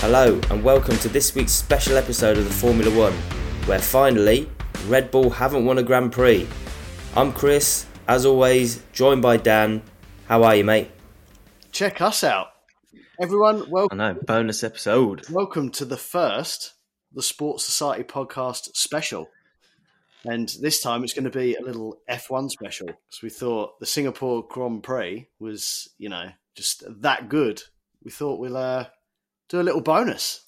Hello, and welcome to this week's special episode of the Formula One, where finally Red Bull haven't won a Grand Prix. I'm Chris, as always, joined by Dan. How are you, mate? Check us out. Everyone, I welcome, know, bonus episode. welcome to the first the Sports Society podcast special. And this time it's going to be a little F1 special because we thought the Singapore Grand Prix was, you know, just that good. We thought we'll uh, do a little bonus.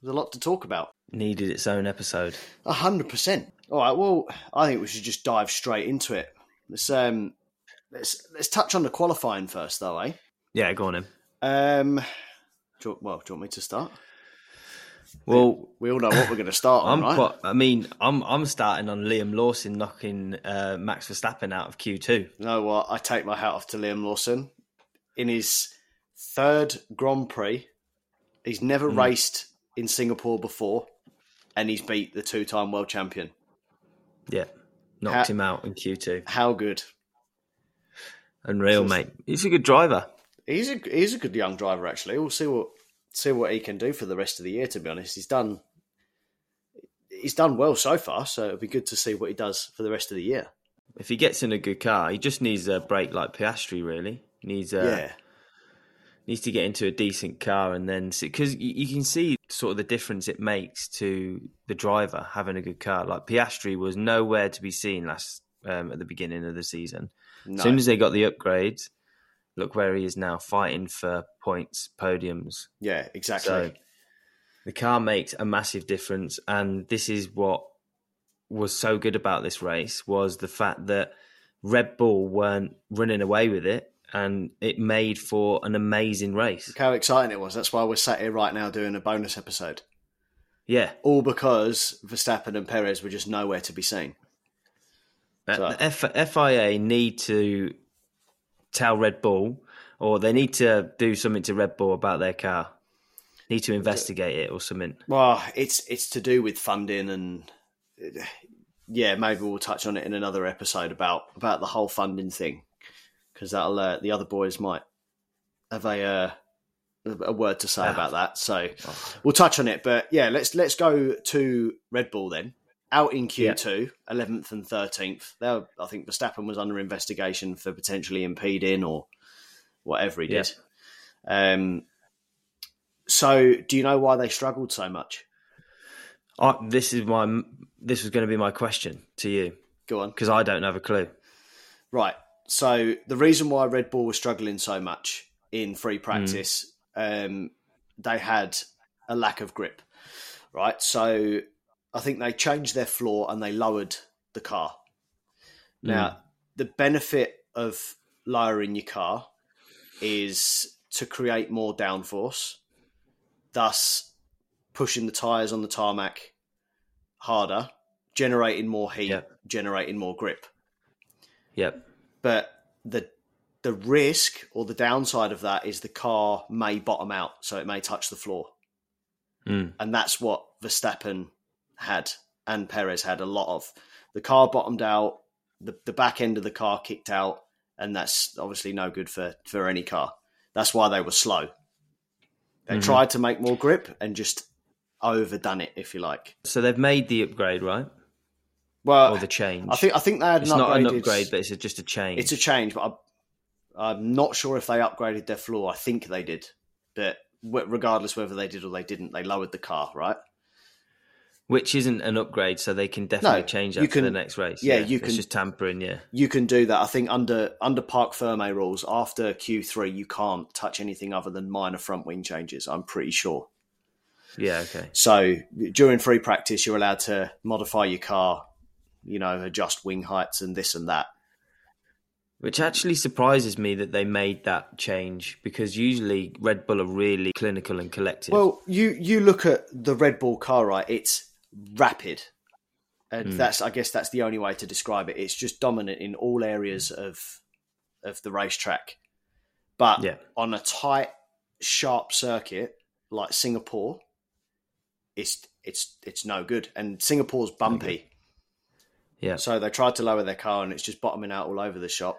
There's a lot to talk about. Needed its own episode. A hundred percent. All right. Well, I think we should just dive straight into it. Let's um, let's let's touch on the qualifying first, though, eh? Yeah, go on in. Um, do you, well, do you want me to start? Well, We all know what we're going to start on, I'm right? quite, I mean, I'm I'm starting on Liam Lawson knocking uh, Max Verstappen out of Q2. You know what? I take my hat off to Liam Lawson. In his third Grand Prix, he's never Hmm. raced in Singapore before, and he's beat the two-time world champion. Yeah, knocked Ha- him out in Q2. How good! Unreal, mate. He's a good driver. He's a he's a good young driver, actually. We'll see what see what he can do for the rest of the year. To be honest, he's done he's done well so far, so it'll be good to see what he does for the rest of the year. If he gets in a good car, he just needs a break like Piastri. Really needs a, yeah, needs to get into a decent car and then because you, you can see sort of the difference it makes to the driver having a good car. Like Piastri was nowhere to be seen last um, at the beginning of the season. no, As soon as they got the upgrades, look where he is now, fighting for points, podiums. yeah, exactly. So the car makes a massive difference, and this is what was so good about this race was the fact that Red Bull weren't running away with it, and it made for an amazing race. Look how exciting it was. That's why we're sat here right now doing a bonus episode. Yeah, All because Verstappen and Perez were just nowhere to be seen. Uh, the F- FIA need to tell Red Bull, or they need to do something to Red Bull about their car. Need to investigate it or something. Well, it's it's to do with funding and uh, yeah, maybe we'll touch on it in another episode about about the whole funding thing because that'll uh, the other boys might have a uh, a word to say Ah. Oh. about that. So we'll touch on it, but yeah, let's let's go to Red Bull then. Out in Yeah. Q2, eleventh and thirteenth. There, I think Verstappen was under investigation for potentially impeding or whatever he did. Um, so, do you know why they struggled so much? I, this is my this was going to be my question to you Go on. because I don't have a clue. Right. So the reason why Red Bull was struggling so much in free practice, um, they had a lack of grip. Right. So I think they changed their floor and they lowered the car. Now, the benefit of lowering your car is to create more downforce, thus pushing the tires on the tarmac harder, generating more heat, Yep. generating more grip Yep. but the the risk or the downside of that is the car may bottom out, so it may touch the floor, Mm. and that's what Verstappen had and Perez had a lot of. The car bottomed out, the the back end of the car kicked out, and that's obviously no good for for any car. That's why they were slow. They Mhm. tried to make more grip and just overdone it, if you like. So they've made the upgrade, right? Well, Or the change? I think I think they had it's an not an upgraded- upgrade, but it's a- just a change. It's a change, but I, I'm not sure if they upgraded their floor. I think they did, but w- regardless whether they did or they didn't, they lowered the car, right? which isn't an upgrade, so they can definitely change you that for the can- next race. yeah, you it's can- just tampering. Yeah, You can do that. I think under under Park Ferme rules, after Q3, you can't touch anything other than minor front wing changes. I'm pretty sure. yeah, okay, So during free practice, you're allowed to modify your car, you know, adjust wing heights and this and that. which actually surprises me that they made that change because usually Red Bull are really clinical and collective. Well, you you look at the Red Bull car, right? It's rapid, and that's I guess that's the only way to describe it. It's just dominant in all areas of of the racetrack, but Yeah. on a tight, sharp circuit like Singapore, it's it's it's no good. And Singapore's bumpy, yeah, so they tried to lower their car, and it's just bottoming out all over the shop.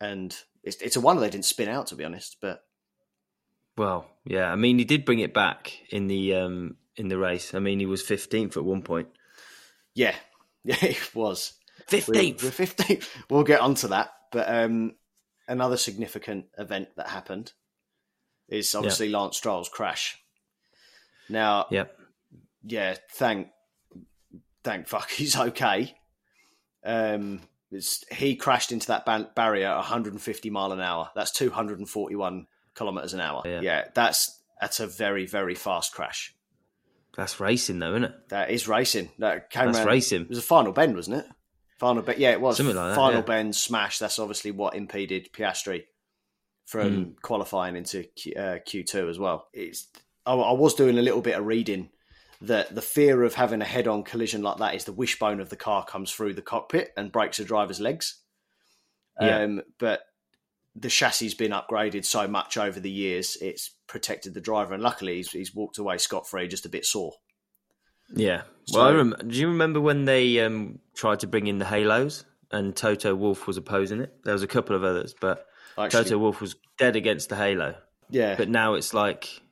And it's it's a wonder they didn't spin out, to be honest. But Well, yeah. I mean, he did bring it back in the um, in the race. I mean, he was fifteenth at one point. Yeah, yeah, it was. Fifteenth. We're fifteenth. We'll get onto that. But um, another significant event that happened is obviously Lance Stroll's crash. Now, Yeah. yeah, thank thank fuck he's okay. Um, it's, he crashed into that ban- barrier at 150 mile an hour. That's 241 kilometers an hour. Yeah. yeah, that's that's a very very fast crash. That's racing, though, isn't it? That is racing. That came That's round- racing. It was a final bend, wasn't it? Final bend. Yeah, it was. Something like that, final yeah. bend smash. That's obviously what impeded Piastri Hmm. from qualifying into Q, uh, Q2 as well. It's. I, I was doing a little bit of reading that the fear of having a head-on collision like that is the wishbone of the car comes through the cockpit and breaks the driver's legs. Yeah. Um, but the chassis has been upgraded so much over the years, it's protected the driver, and luckily he's, he's walked away scot-free, just a bit sore. Yeah. Well, I So- rem- do you remember when they um, tried to bring in the halos and Toto Wolf was opposing it? There was a couple of others, but Actually, Toto Wolf was dead against the halo. yeah. But now it's like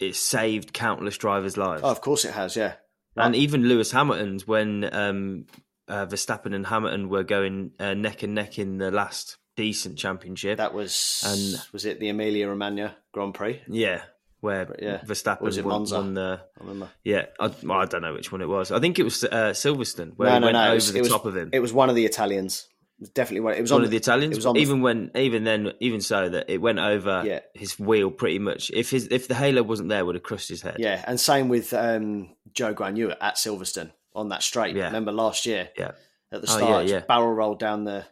it saved countless drivers' lives. oh, of course it has. Yeah. and even Lewis Hamilton's when um, uh, Verstappen and Hamilton were going uh, neck and neck in the last decent championship. That was And- was it the Emilia Romagna Grand Prix? yeah, where yeah. Verstappen Was was it won, Monza? won the I remember. yeah. I, well, I don't know which one it was. I think it was uh, Silverstone where No, he no, went no. over It was, the it was- top of him. It was one of the Italians. It was definitely one. It was one on of the Italians. It was on the- even when, even then, even so, that it went over Yeah. his wheel pretty much. If his if the halo wasn't there, it would have crushed his head. yeah, and same with um, Joe Guan Yu at Silverstone on that straight. Yeah. Remember last year? Yeah. At the Oh, yeah, start, just yeah. barrel rolled down the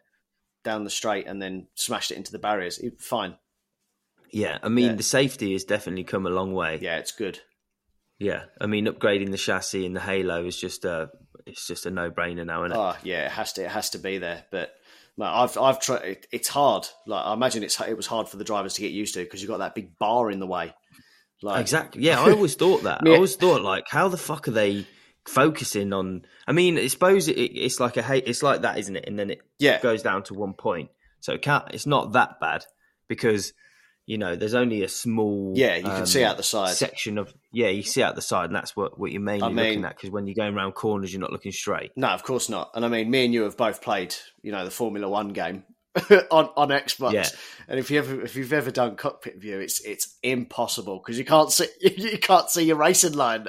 down the straight and then smashed it into the barriers. It, fine. Yeah, I mean Yeah. the safety has definitely come a long way. Yeah, it's good. Yeah, I mean upgrading the chassis and the halo is just a it's just a no brainer now, and Oh yeah, it has to it has to be there. But no, I've I've tried. It, it's hard. Like I imagine it's it was hard for the drivers to get used to because you've got that big bar in the way. Like exactly. Yeah, I always thought that. Yeah. I always thought like, how the fuck are they focusing on? I mean, I suppose it, it's like a hate. It's like that, isn't it? And then it Yeah, goes down to one point. So it can't, it's not that bad because you know there's only a small yeah, you can um, see out the side. section of yeah you see out the side and that's what what you're mainly I mean- looking at because when you're going around corners you're not looking straight. No, of course not. And I mean, me and you have both played, you know, the Formula One game on on Xbox. Yeah. And if you ever if you've ever done cockpit view, it's it's impossible because you can't see you can't see your racing line.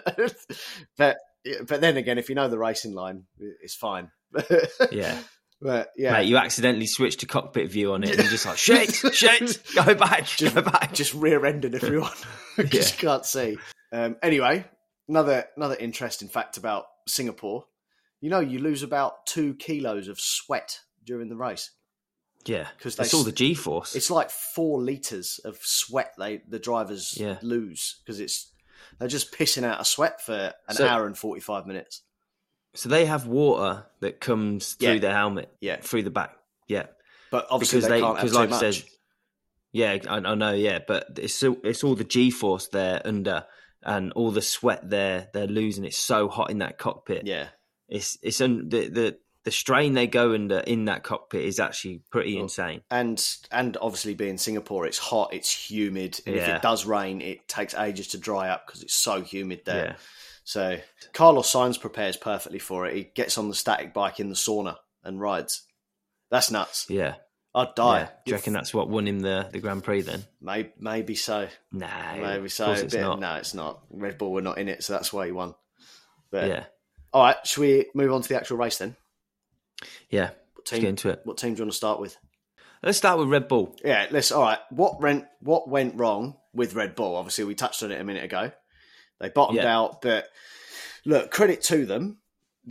but but then again, if you know the racing line, it's fine. Yeah, but yeah, mate, you accidentally switch to cockpit view on it and you're just like shit, shit, go back, Just- go back. just rear-ended everyone because Yeah. you can't see. Um, anyway, another another interesting fact about Singapore. You know, you lose about two kilos of sweat during the race. yeah, 'Cause because they it's all s- the G force. It's like four liters of sweat they the drivers Yeah. lose because it's they're just pissing out a sweat for an So- hour and forty five minutes. So they have water that comes through Yeah. their helmet, Yeah. through the back, yeah, But obviously they, can't have too like I much. said, yeah, I, I know, yeah, but it's all, it's all the G force they're under and all the sweat they're they're losing. It's so hot in that cockpit. yeah, It's it's un, the, the the strain they go under in that cockpit is actually pretty Well, insane. and and obviously being Singapore, it's hot, it's humid, and if Yeah. it does rain, it takes ages to dry up because it's so humid there. Yeah, So Carlos Sainz prepares perfectly for it. He gets on the static bike in the sauna and rides. That's nuts. yeah, I'd die. yeah. Do you reckon that's what won him the the Grand Prix then? Maybe, maybe so. Nah, Maybe of so. course A it's bit- not. No, it's not. Red Bull were not in it, so that's why he won. But Yeah, all right, should we move on to the actual race then? yeah. What Let's get team? into it. What team do you want to start with? Let's start with Red Bull. Yeah, let's. All right, what went what went wrong with Red Bull? Obviously, we touched on it a minute ago. They bottomed Yeah. out, but look, credit to them.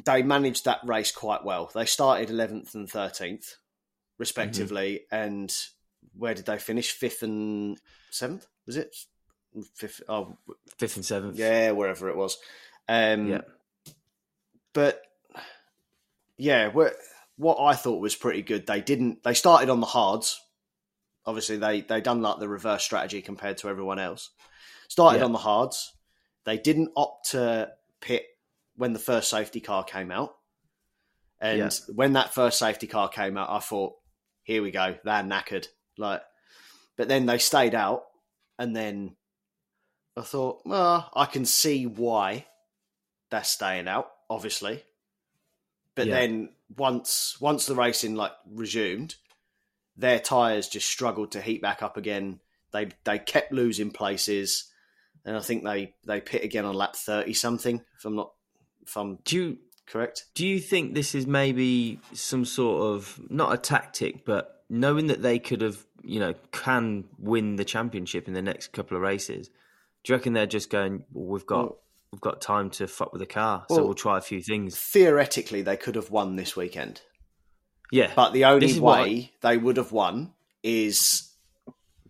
They managed that race quite well. They started 11th and 13th, respectively, Mm-hmm. and where did they finish? Fifth and seventh? Was it fifth? Oh, Fifth and seventh. yeah, wherever it was. Um, Yeah. But yeah, what what I thought was pretty good. They didn't. They started on the hards. Obviously, they they done like the reverse strategy compared to everyone else. Started Yeah. on the hards. They didn't opt to pit when the first safety car came out. And when that first safety car came out, I thought, here we go, they're knackered. Like, but then they stayed out, and then I thought, well, I can see why they're staying out, obviously. But Yeah. then once once the racing like resumed, their tires just struggled to heat back up again. They they kept losing places, and I think they they pit again on lap thirty something. If I'm not if I'm Do you correct, do you think this is maybe some sort of not a tactic, but knowing that they could have, you know, can win the championship in the next couple of races? Do you reckon they're just going? Well, we've got Well- we've got time to fuck with the car, so Well- we'll try a few things. theoretically they could have won this weekend. Yeah, But the only is what way they would have won is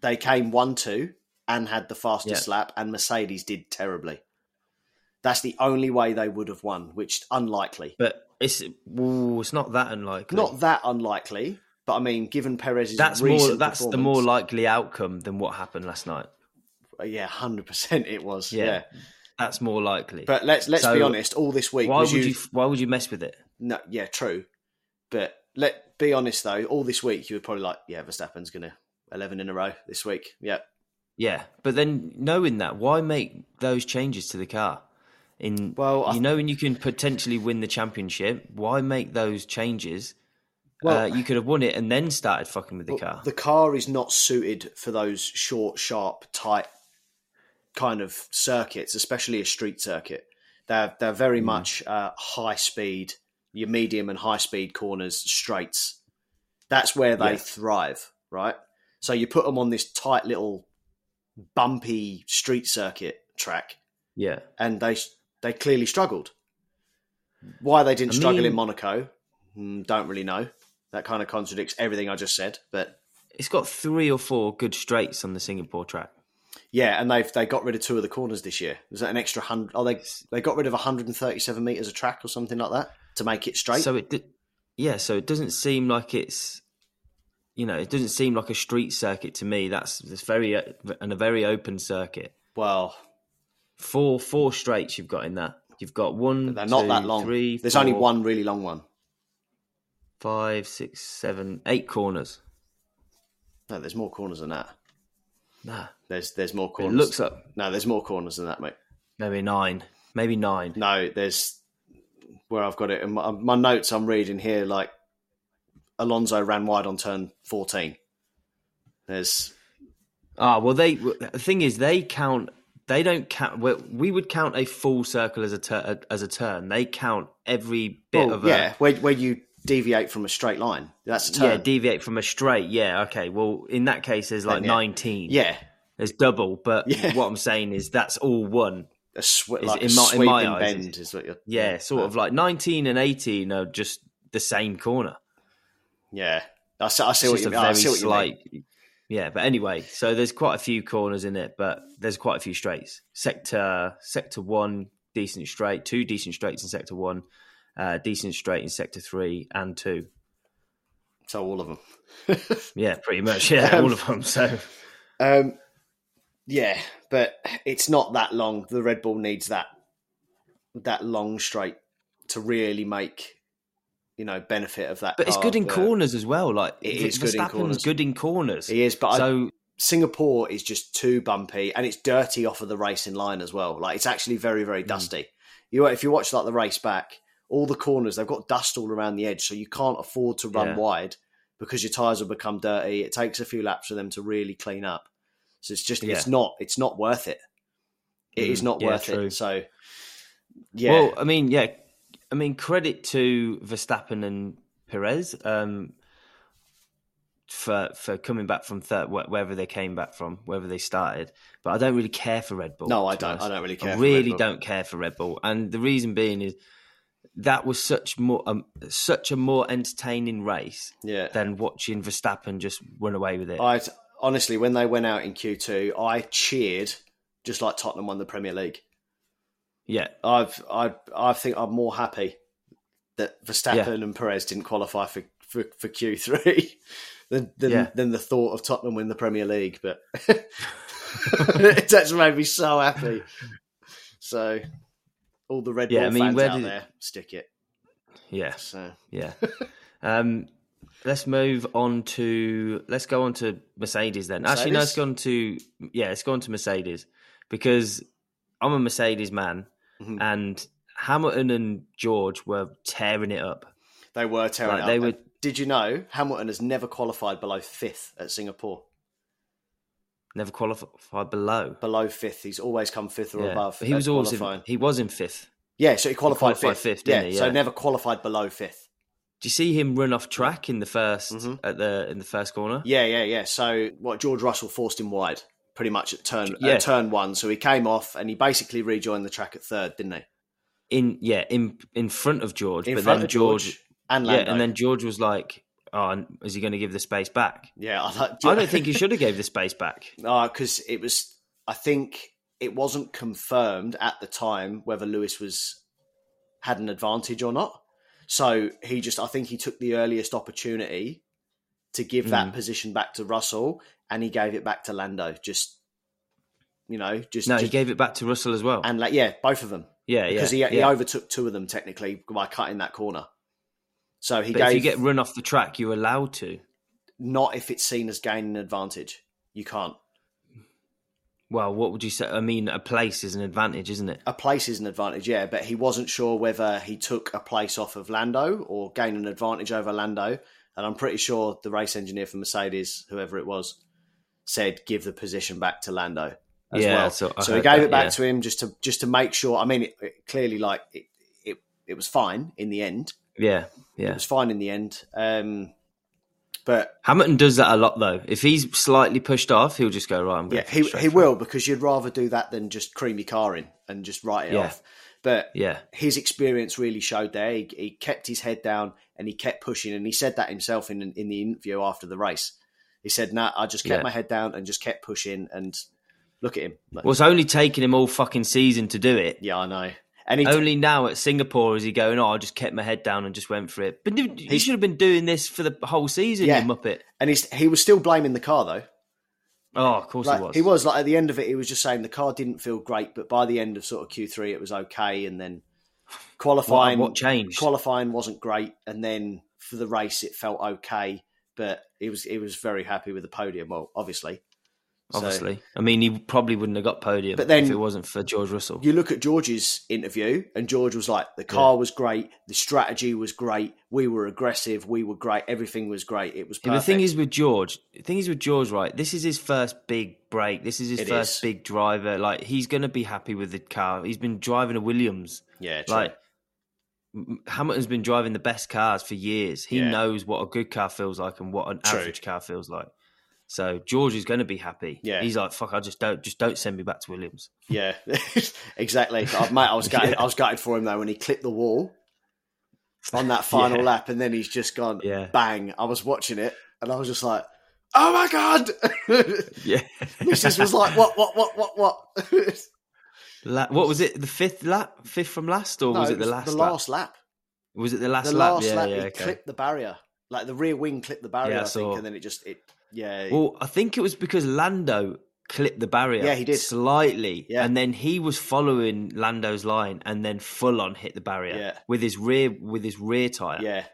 they came 1 2 and had the fastest lap, and Mercedes did terribly. That's the only way they would have won, which unlikely. but it's ooh, it's not that unlikely. Not that unlikely, but I mean, given Perez's that's recent more that's the more performance- likely outcome than what happened last night. yeah, hundred percent it was yeah. Yeah. That's more likely. But let's let's So, be honest. All this week, why would was you, Why would you mess with it? No, yeah, true. But let be honest though. All this week, you were probably like, yeah, Verstappen's gonna eleven in a row this week. Yeah, Yeah, but then knowing that, why make those changes to the car? In Well, well, I- you knowing you can potentially win the championship, why make those changes? Well- uh, you could have won it and then started fucking with the car. The car is not suited for those short, sharp, tight kind of circuits, especially a street circuit. They're they're very Hmm. much uh, high speed, your medium and high speed corners, straights. That's where they Yeah. thrive, right? So you put them on this tight little bumpy street circuit track, yeah, and they they clearly struggled. Why they didn't I struggle mean- in Monaco, mm, don't really know. That kind of contradicts everything I just said, but. it's got three or four good straights on the Singapore track. Yeah, and they've they got rid of two of the corners this year. Was that an extra hundred? Oh, they they got rid of 137 meters of track or something like that to make it straight. So it, di- yeah, so it doesn't seem like it's, you know, it doesn't seem like a street circuit to me. That's it's very uh, and a very open circuit. well, Four four straights you've got in that. You've got one. they're not two, that long. three, There's only four, one really long one. five, six, seven, eight corners. No, there's more corners than that. Nah, There's there's more it corners. looks like no, there's more corners than that, mate. maybe nine, maybe nine. No, there's where I've got it in my, my notes. I'm reading here like Alonso ran wide on turn 14. There's Ah, well, they the thing is they count. They don't count. well, We would count a full circle as a tur- as a turn. They count every bit well, of a Oh, yeah, where where you deviate from a straight line. That's a turn. yeah deviate from a straight. Yeah, okay. Well, in that case, there's like Then, yeah. nineteen. yeah, there's double. But Yeah. what I'm saying is that's all one. a Is- sw- like in a my- in sweeping my eyes, bend is what you're. Yeah, sort of like nineteen and eighteen are just the same corner. Yeah, I see, I see It's what just you a mean. I very see what you mean. slight. Yeah, but anyway, so there's quite a few corners in it, but there's quite a few straights. Sector sector one, decent straight, two decent straights in sector one, uh, decent straight in sector three and two. So all of them. Yeah, pretty much. Yeah, Um, all of them. So Um, yeah, but it's not that long. The Red Bull needs that that long straight to really make you know benefit of Oh, that. but it's car, good in but corners as well. Like It is good in Verstappen's corners. good in corners. He is, but I, so Singapore is just too bumpy and it's dirty off of the racing line as well. Like it's actually very, very Mm. dusty. You if you watch like the race back, all the corners they've got dust all around the edge, so you can't afford to run Yeah. wide because your tires will become dirty. It takes a few laps for them to really clean up. So it's just it's Yeah. not it's not worth it. It is Mm, not yeah, worth true. it. So yeah, Well, I mean, yeah, I mean, credit to Verstappen and Perez um, for for coming back from third, wh- wherever they came back from, wherever they started. But I don't really care for Red Bull. no, I to be don't. honest. I don't really care. I for Red really Bull. don't care for Red Bull, and the reason being is that was such more um, such a more entertaining race Yeah, than watching Verstappen just run away with it. I honestly, when they went out in Q two, I cheered just like Tottenham won the Premier League. yeah, I've I I think I'm more happy that Verstappen Yeah. and Perez didn't qualify for for, for Q three than than, Yeah. than the thought of Tottenham win the Premier League. But it's actually made me so happy. So all the Red Yeah, Bull I mean, fans where out did- there, stick it. yeah. So Yeah. um, let's move on to let's go on to Mercedes then. Actually, no, Mercedes? let's go on to yeah, let's go on to Mercedes because I'm a Mercedes man, Mhm. and Hamilton and George were tearing it up. They were tearing Like, up. they And were- Did you know Hamilton has never qualified below fifth at Singapore? Never qualified below. Below fifth, he's always come fifth or Yeah. above. But he at was always qualifying. in, he was in fifth. yeah, so he qualified, qualified fifth. fifth, yeah, didn't he? so Yeah. never qualified below fifth. Do you see him run off track in the 1st Mhm. at the in the first corner? Yeah, yeah, yeah. So what George Russell forced him wide pretty much at turn at Yeah. turn one. So he came off and he basically rejoined the track at third, didn't he? In yeah, in in front of George, In but front then of George, and yeah, Lando. and then George was like, "Oh, and is he going to give the space back?" yeah, I, like, I don't think he should have gave the space back. because it was. I think it wasn't confirmed at the time whether Lewis was had an advantage or not. So he just, I think he took the earliest opportunity to give Mm. that position back to Russell, and he gave it back to Lando. Just you know, just No, he just, gave it back to Russell as well. and like yeah, both of them. yeah, because yeah, he, yeah. he overtook two of them technically by cutting that corner. So he but gave if you get run off the track, you're allowed to. not if it's seen as gaining an advantage. You can't. Well, what would you say? I mean, a place is an advantage, isn't it? A place is an advantage, yeah, but he wasn't sure whether he took a place off of Lando or gained an advantage over Lando. And I'm pretty sure the race engineer for Mercedes, whoever it was, said give the position back to Lando as Yeah, well. so I he heard gave that, it back yeah. to him just to just to make sure. I mean, it, it clearly like it, it it was fine in the end. Yeah, yeah. It was fine in the end. Um, but Hamilton does that a lot, though. If he's slightly pushed off, he'll just go right. I'm going Yeah, he, straight he for it." will because you'd rather do that than just cream your car in and just write it Yeah. off. But Yeah, his experience really showed there. He, he kept his head down and he kept pushing. And he said that himself in in the interview after the race. He said, "Nah, I just kept Yeah. my head down and just kept pushing." And look at him. Like, well, it's only taken him all fucking season to do it. yeah, I know. And he, Only now at Singapore is he going? Oh, I just kept my head down and just went for it. But you- you should have been doing this for the whole season, Yeah. you muppet. and he's, he was still blaming the car though. Oh, of course Like, he was. he was like at the end of it, he was just saying the car didn't feel great, but by the end of sort of Q three, it was okay. And then qualifying, What- what changed? Qualifying wasn't great, and then for the race, it felt okay. But he was he was very happy with the podium. Well, obviously, So, Obviously, I mean, he probably wouldn't have got podium, But then- if it wasn't for George Russell. you look at George's interview, and George was like, the car was great, the strategy was great, we were aggressive, we were great, everything was great. It was Yeah, but perfect. the thing is with George, the thing is with George, right? This is his first big break. This is his It first is. big driver. Like he's gonna be happy with the car. He's been driving a Williams. yeah, true. Like M- Hamilton's been driving the best cars for years. He Yeah. knows what a good car feels like and what an True. average car feels like. So George is going to be happy. Yeah. he's like, "Fuck! I just don't, just don't send me back to Williams." yeah, exactly. Oh, mate, I was gutted, I was gutted for him though when he clipped the wall on that final Yeah. lap, and then he's just gone Yeah. bang. I was watching it, and I was just like, oh my god. Yeah. Mrs. was like, what, what, what, what, what? La- what was it? The fifth lap, fifth from last, or was No, it the last? The lap? last lap. Was it the last The lap? last yeah, lap, yeah. he okay. clipped the barrier. Like the rear wing clipped the barrier, Yeah, I I think, saw. and then it just, it, yeah. Well, I think it was because Lando clipped the barrier. Yeah, he did. slightly, Yeah. and then he was following Lando's line, and then full on hit the barrier Yeah. with his rear with his rear tire, yeah.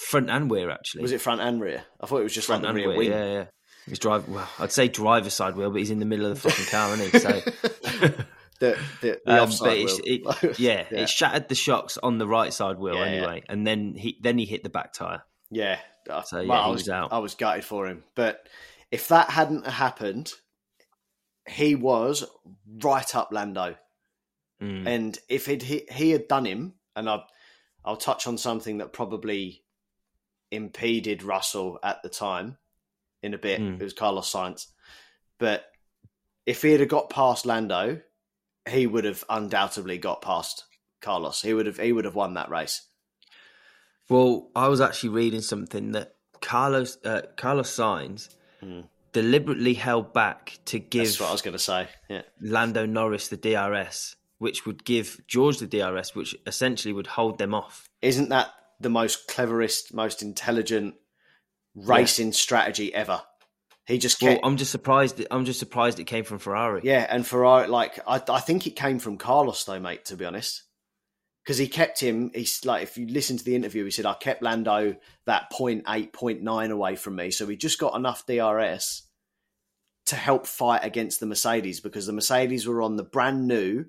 front and rear actually. Was it front and rear? I thought it was just front like and the rear rear? wing. Yeah, yeah. He's driving. Well, I'd say driver side wheel, but he's in the middle of the fucking car, isn't he? So. The, the, the Um, but offside it's- wheel. it, yeah, Yeah. it shattered the shocks on the right side wheel Yeah, yeah. anyway, and then he then he hit the back tire. yeah. I- So, yeah, well, I he was, was out. I was gutted for him. But if that hadn't happened, he was right up Lando. Mm. And if it, he he had done him, and I, I'll touch on something that probably impeded Russell at the time in a bit. Mm. It was Carlos Sainz, but if he had got past Lando, he would have undoubtedly got past Carlos. He would have he would have won that race. Well, I was actually reading something that Carlos uh, Carlos Sainz Mm. deliberately held back to That's give what I was going to say. Yeah, Lando Norris the DRS, which would give George the DRS, which essentially would hold them off. isn't that the most cleverest, most intelligent racing strategy ever? He just Well, kept I'm just surprised. I'm just surprised it came from Ferrari. Yeah, and Ferrari, like I, I think it came from Carlos though, mate. To be honest, because he kept him. He's like, if you listen to the interview, he said I kept Lando that 0.8, 0.9 away from me, so he just got enough DRS to help fight against the Mercedes because the Mercedes were on the brand new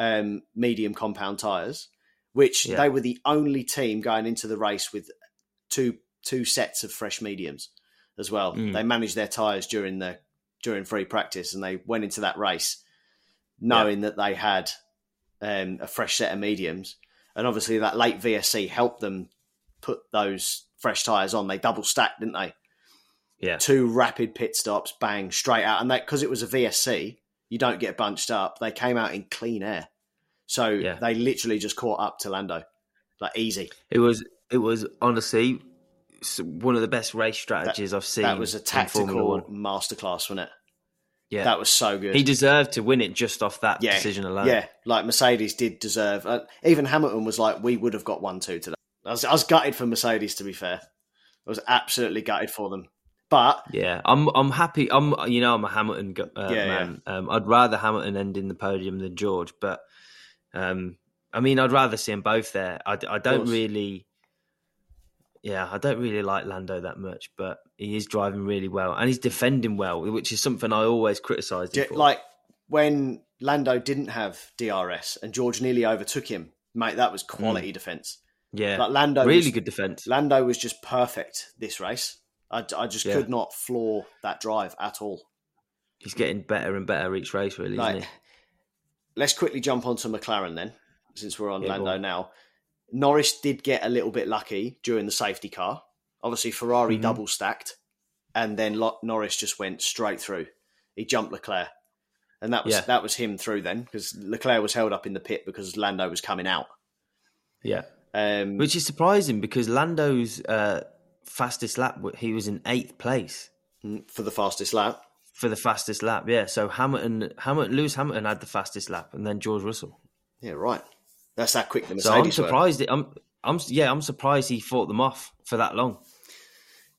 um, medium compound tires, which Yeah. they were the only team going into the race with two two sets of fresh mediums as well. Mm. They managed their tires during the during free practice, and they went into that race knowing that they had um, a fresh set of mediums, and obviously that late VSC helped them put those fresh tires on. They double stacked, didn't they? Yeah. Two rapid pit stops, bang, straight out, and that because it was a VSC, you don't get bunched up. They came out in clean air, so Yeah. they literally just caught up to Lando, like easy. It was it was honestly s- one of the best race strategies I've seen. that was a in Formula tactical One. masterclass, wasn't it? Yeah, That was so good. he deserved to win it just off that decision alone. Yeah, like Mercedes did deserve. Uh, even Hamilton was like, we would have got one two today. I was, I was gutted for Mercedes, to be fair. I was absolutely gutted for them. But Yeah, I'm I'm happy. I'm you know I'm a Hamilton gu- uh, Yeah, man. Um, I'd rather Hamilton end in the podium than George, but um, I mean I'd rather see them both there. I, d- I don't course. really, yeah, I don't really like Lando that much, but he is driving really well and he's defending well, which is something I always criticised. d- him for. like when Lando didn't have DRS and George nearly overtook him, mate, that was quality defense. Mm. yeah, Like Lando, really was, good defense. Lando was just perfect this race. I, I just Yeah. could not floor that drive at all. He's getting better and better each race, really, Like, isn't he? let's quickly jump onto McLaren then, since we're on Yeah, go Lando on. now. Norris did get a little bit lucky during the safety car. Obviously, Ferrari Mhm. double stacked, and then Lo- Norris just went straight through. He jumped Leclerc, and that was Yeah. that was him through then because Leclerc was held up in the pit because Lando was coming out. Yeah, Um, which is surprising because Lando's uh, fastest lap he was in eighth place. for the fastest lap, for the fastest lap. Yeah, so Hamilton, Hamilton, Lewis Hamilton had the fastest lap, and then George Russell. yeah, right. That's that quick. The So I'm Mercedes were. surprised. It, I'm, I'm, yeah, I'm surprised he fought them off for that long.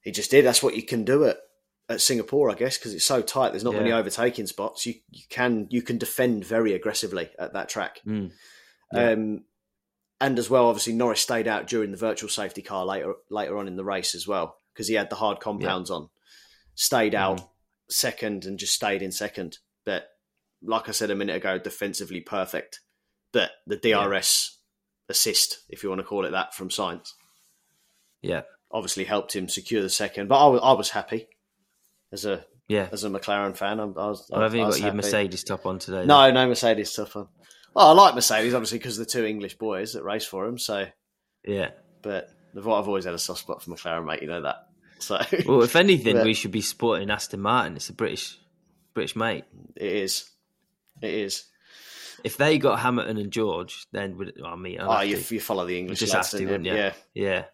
He just did. That's what you can do at, at Singapore, I guess, because it's so tight. There's not many Yeah. overtaking spots. You you can you can defend very aggressively at that track. Mm. Yeah. Um, and as well, obviously Norris stayed out during the virtual safety car later later on in the race as well because he had the hard compounds on. Stayed Hmm. out second and just stayed in second. But like I said a minute ago, defensively perfect. But the DRS assist, if you want to call it that, from science Yeah, obviously helped him secure the second. But I was, I was happy as a yeah. as a McLaren fan. I, I was. I haven't I even was got your happy. Mercedes top on today. though. No, no Mercedes stuff on. Well, I like Mercedes obviously because the two English boys that race for him. So, Yeah. but I've always had a soft spot for McLaren, mate. You know that. So it Well, if anything, But- we should be supporting Aston Martin. It's a British, British mate. is. It is. If they got Hamilton and George, then would I mean? Oh, I'd you, have to. you follow the English just lads, have to, don't wouldn't you? you? Yeah, yeah.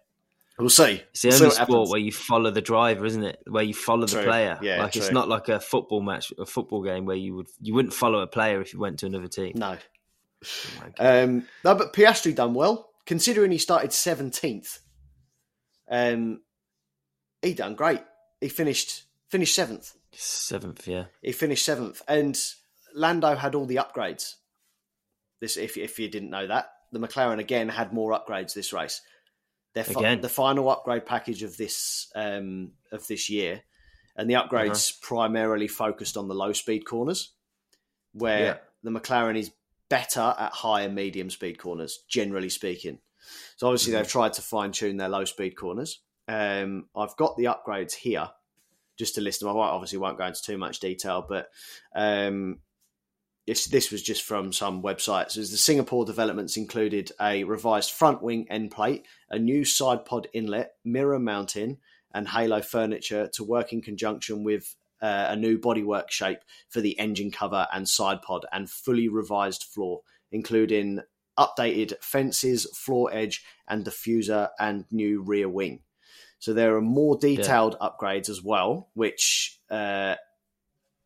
we'll see. It's the We'll see only what sport happens. where you follow the driver, isn't it? Where you follow the True. player. Yeah, like it's true. not like a football match, a football game where you would you wouldn't follow a player if you went to another team. No. Like, Um, no, but Piastri done well considering he started seventeenth. Um, he done great. He finished finished seventh. Seventh, yeah. He finished seventh, and Lando had all the upgrades. This, if if you didn't know that, the McLaren again had more upgrades this race. Their fi- Again. the final upgrade package of this um, of this year, and the upgrades primarily focused on the low speed corners, where Yeah. the McLaren is better at high and medium speed corners, generally speaking. So obviously they've tried to fine tune their low speed corners. Um, I've got the upgrades here just to list them. I won't, obviously won't go into too much detail, but um, it's, this was just from some websites. So the Singapore developments included a revised front wing end plate, a new side pod inlet, mirror mounting, and halo furniture to work in conjunction with uh, a new bodywork shape for the engine cover and side pod, and fully revised floor, including updated fences, floor edge, and diffuser, and new rear wing. So there are more detailed upgrades as well, which uh,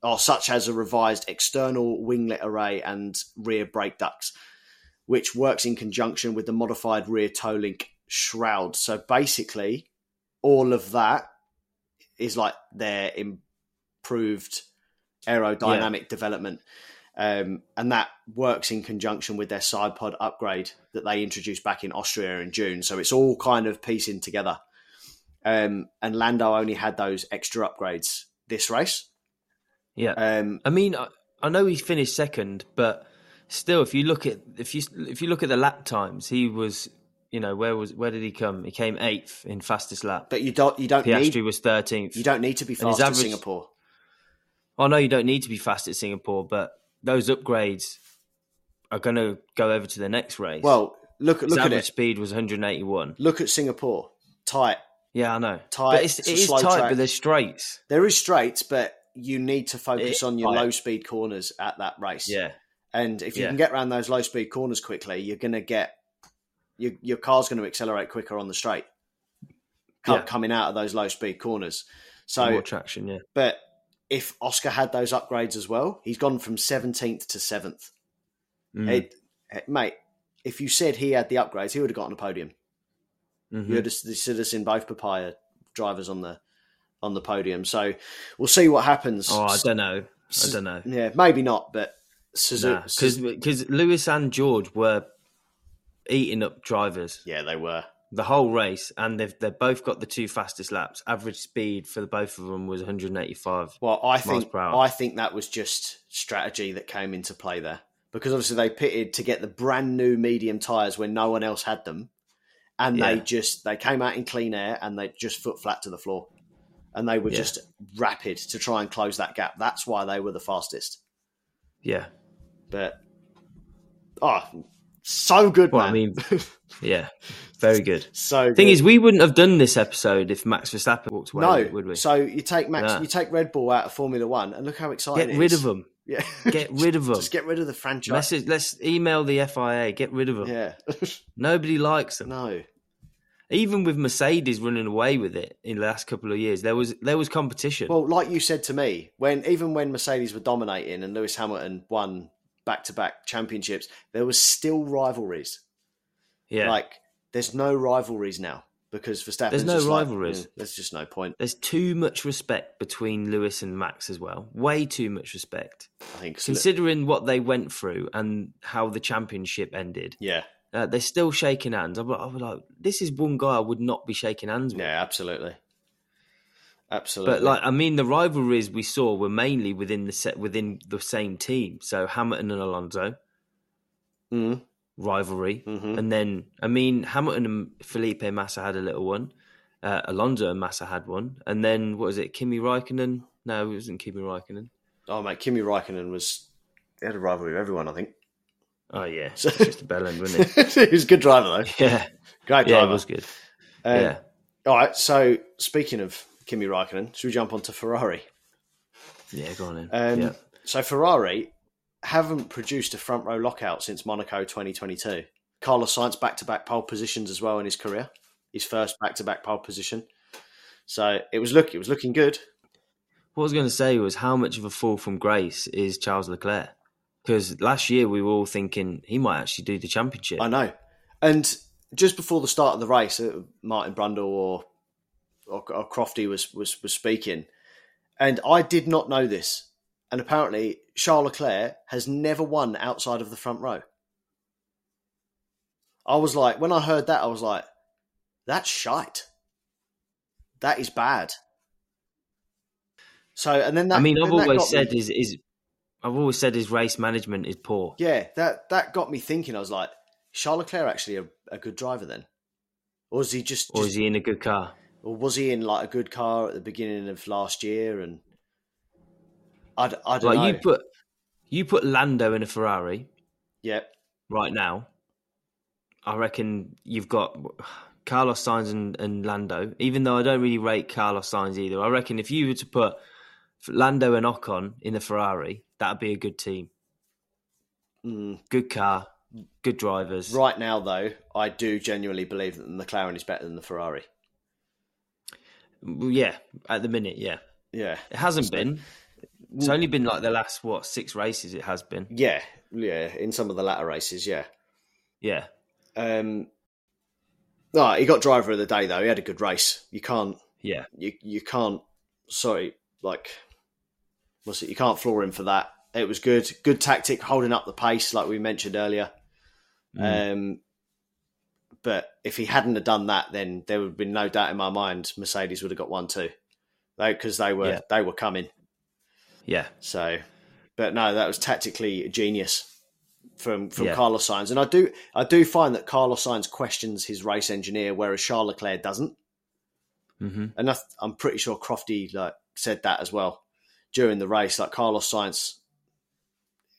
are such as a revised external winglet array and rear brake ducts, which works in conjunction with the modified rear toe link shroud. So basically, all of that is like their improved aerodynamic development. Um, and that works in conjunction with their side pod upgrade that they introduced back in Austria in June. So it's all kind of piecing together. Um, and Lando only had those extra upgrades this race. Yeah. Um, I mean, I, I know he finished second, but still, if you look at if you if you look at the lap times, he was, you know, where was where did he come? He came eighth in fastest lap. but you don't you don't Piastri need was thirteenth. you don't need to be and his fast in average- Singapore. I know you don't need to be fast at Singapore, but those upgrades are going to go over to the next race. Well, look his look at average it. speed was 181. Look at Singapore. Tight. Yeah, I know. Tight. But it's, It's it's a slow tight, track. but there's straights. There is straights, but you need to focus It- on your right. low speed corners at that race. Yeah, And if you Yeah. can get around those low speed corners quickly, you're going to get your, your car's going to accelerate quicker on the straight co- Yeah. coming out of those low speed corners. more So, traction. Yeah, but if Oscar had those upgrades as well, he's gone from 17th to 7th. Mm, It, it- mate, if you said he had the upgrades, he would have gotten a podium. mhm. You would have stood us in both papaya drivers on the on the podium. So we'll see what happens. Oh, I don't know. I S- don't know. Yeah, maybe not, but Suzu- Because Lewis and George were eating up drivers yeah, they were. the whole race, and they've they have both got the two fastest laps. Average speed for the both of them was 185. Well, I Miles think per hour. I think that was just strategy that came into play there because obviously they pitted to get the brand new medium tires when no one else had them, and they Yeah. just they came out in clean air and they just foot flat to the floor, and they were Yeah. just rapid to try and close that gap. That's why they were the fastest. Yeah. But oh, so good, Well, I man. mean, yeah, very good. so Thing good. is, we wouldn't have done this episode if Max Verstappen walked away, no. would we? So you take Max, Nah. you take Red Bull out of Formula One, and look how exciting! get it rid is. of them. Yeah, Get rid of them. just get rid of the franchise. Message, let's email the FIA. Get rid of them. Yeah, Nobody likes them. no. Even with Mercedes running away with it in the last couple of years, there was there was competition. Well, like you said to me, when even when Mercedes were dominating and Lewis Hamilton won back to back championships, there was still rivalries. yeah, Like there's no rivalries now because Verstappen. There's no rivalries. mm, there's just no point. there's too much respect between Lewis and Max as well. Way too much respect, I think. considering what they went through and how the championship ended. yeah, Uh, they're still shaking hands. I was I was like, this is one guy I would not be shaking hands with. yeah, absolutely, absolutely. But like, I mean, the rivalries we saw were mainly within the set within the same team. So Hamilton and Alonso mm-hmm. rivalry, and then I mean, Hamilton and Felipe Massa had a little one. Uh, Alonso and Massa had one, and then what was it? Kimi Raikkonen? No, it wasn't Kimi Raikkonen. oh mate, Kimi Raikkonen was he had a rivalry with everyone. I think Oh yeah, it's just a bell end, wasn't it? he was a good driver though. Yeah, Great driver. yeah, it was good. Uh, Yeah, All right. So speaking of Kimi Raikkonen, should we jump on to Ferrari? yeah, go on in. Um, yeah. So Ferrari haven't produced a front row lockout since Monaco 2022. Carlos Sainz back to back pole positions as well in his career, his first back to back pole position. So it was look, it was looking good. What I was going to say was how much of a fall from grace is Charles Leclerc? Because last year we were all thinking he might actually do the championship. I know. And just before the start of the race, uh, Martin Brundle or, or or Crofty was was was speaking, and I did not know this. And apparently, Charles Leclerc has never won outside of the front row. I was like, when I heard that, I was like, that's shite. That is bad. So, and then that. I mean, then I've that always got me- said is is I've always said his race management is poor. Yeah, that that got me thinking. I was like, Charles Leclerc actually a, a good driver then, or is he just, Or just- is he in a good car? or was he in like a good car at the beginning of last year? And I, d- I don't Like know. you put you put Lando in a Ferrari yeah, right now. I reckon you've got Carlos Sainz and, and Lando. Even though I don't really rate Carlos Sainz either, I reckon if you were to put Lando and Ocon in a Ferrari, that'd be a good team. Mm, Good car, good drivers. right now though, I do genuinely believe that the McLaren is better than the Ferrari. Well, Yeah, at the minute, yeah, Yeah, it hasn't been. It's only been like the last what six races. It has been. yeah, yeah. In some of the latter races, yeah. Yeah, Um, no, he got driver of the day though. He had a good race. You can't yeah. you you can't sorry like what's it you can't floor him for that it was good good tactic holding up the pace like we mentioned earlier Mm. um but if he hadn't have done that then there would have been no doubt in my mind mercedes would have got one too because they were Yeah. they were coming Yeah. So, but no, that was tactically genius from from Yeah. Carlos Sainz, and I do I do find that Carlos Sainz questions his race engineer, whereas Charles Leclerc doesn't. Mm-hmm. And I th- I'm pretty sure Crofty like said that as well during the race. Like Carlos Sainz,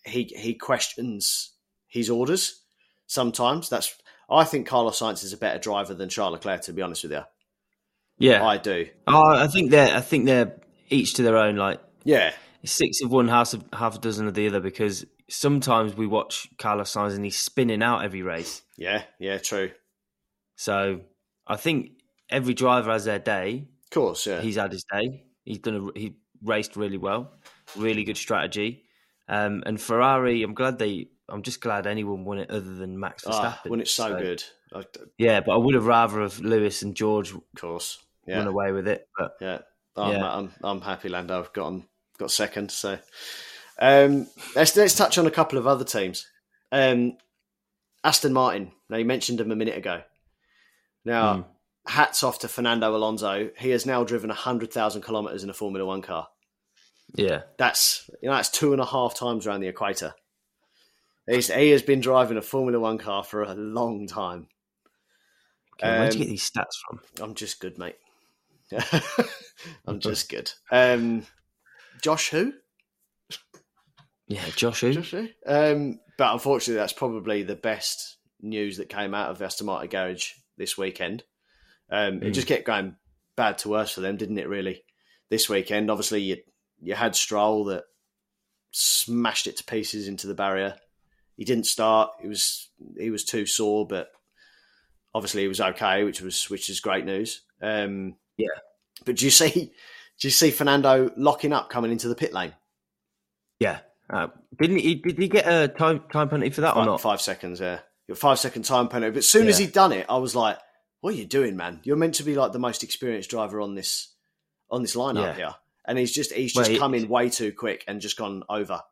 he he questions his orders sometimes. That's I think Carlos Sainz is a better driver than Charles Leclerc. To be honest with you, Yeah. I do. Oh, I think they're I think they're each to their own. Like Yeah, six of one, half of half a dozen of the other. Because sometimes we watch Carlos Sainz and he's spinning out every race. yeah, yeah. True. So I think every driver has their day. Of course. Yeah. He's had his day. He's done. A, he raced really well. Really good strategy. Um, and Ferrari, I'm glad they. I'm just glad anyone won it other than Max Verstappen. Ah, when it's so, good, I, of Yeah, but I would have rather have Lewis and George course. run Yeah, away with it. But yeah. I'm, Yeah. I'm I'm happy. Lando I've got got second. So um, let's let's touch on a couple of other teams. Um, Aston Martin. Now you mentioned them a minute ago. Now, Mm. hats off to Fernando Alonso. He has now driven hundred thousand kilometers in a Formula One car. yeah, That's you know that's two and a half times around the equator. He's, he has been driving a Formula One car for a long time. where'd Um, you get these stats from? I'm just good, mate. I'm just good. Um, Josh, who? Yeah, Josh. Who? Josh, who? Um, but unfortunately, that's probably the best news that came out of the Aston Martin garage this weekend. Um, It Mm. just kept going bad to worse for them, didn't it? Really, this weekend. Obviously, you you had Stroll that smashed it to pieces into the barrier. He didn't start. He was he was too sore, but obviously he was okay, which was which is great news. Um, Yeah. But do you see? Do you see Fernando locking up coming into the pit lane? Yeah. Uh, didn't he? Did he get a time time penalty for that or five, not? five seconds, yeah. Your five second time penalty. But as soon as Yeah. he done it, I was like, What are you doing, man? You're meant to be like the most experienced driver on this on this lineup Yeah. here. And he's just he's Well, just he- come in way too quick and just gone over.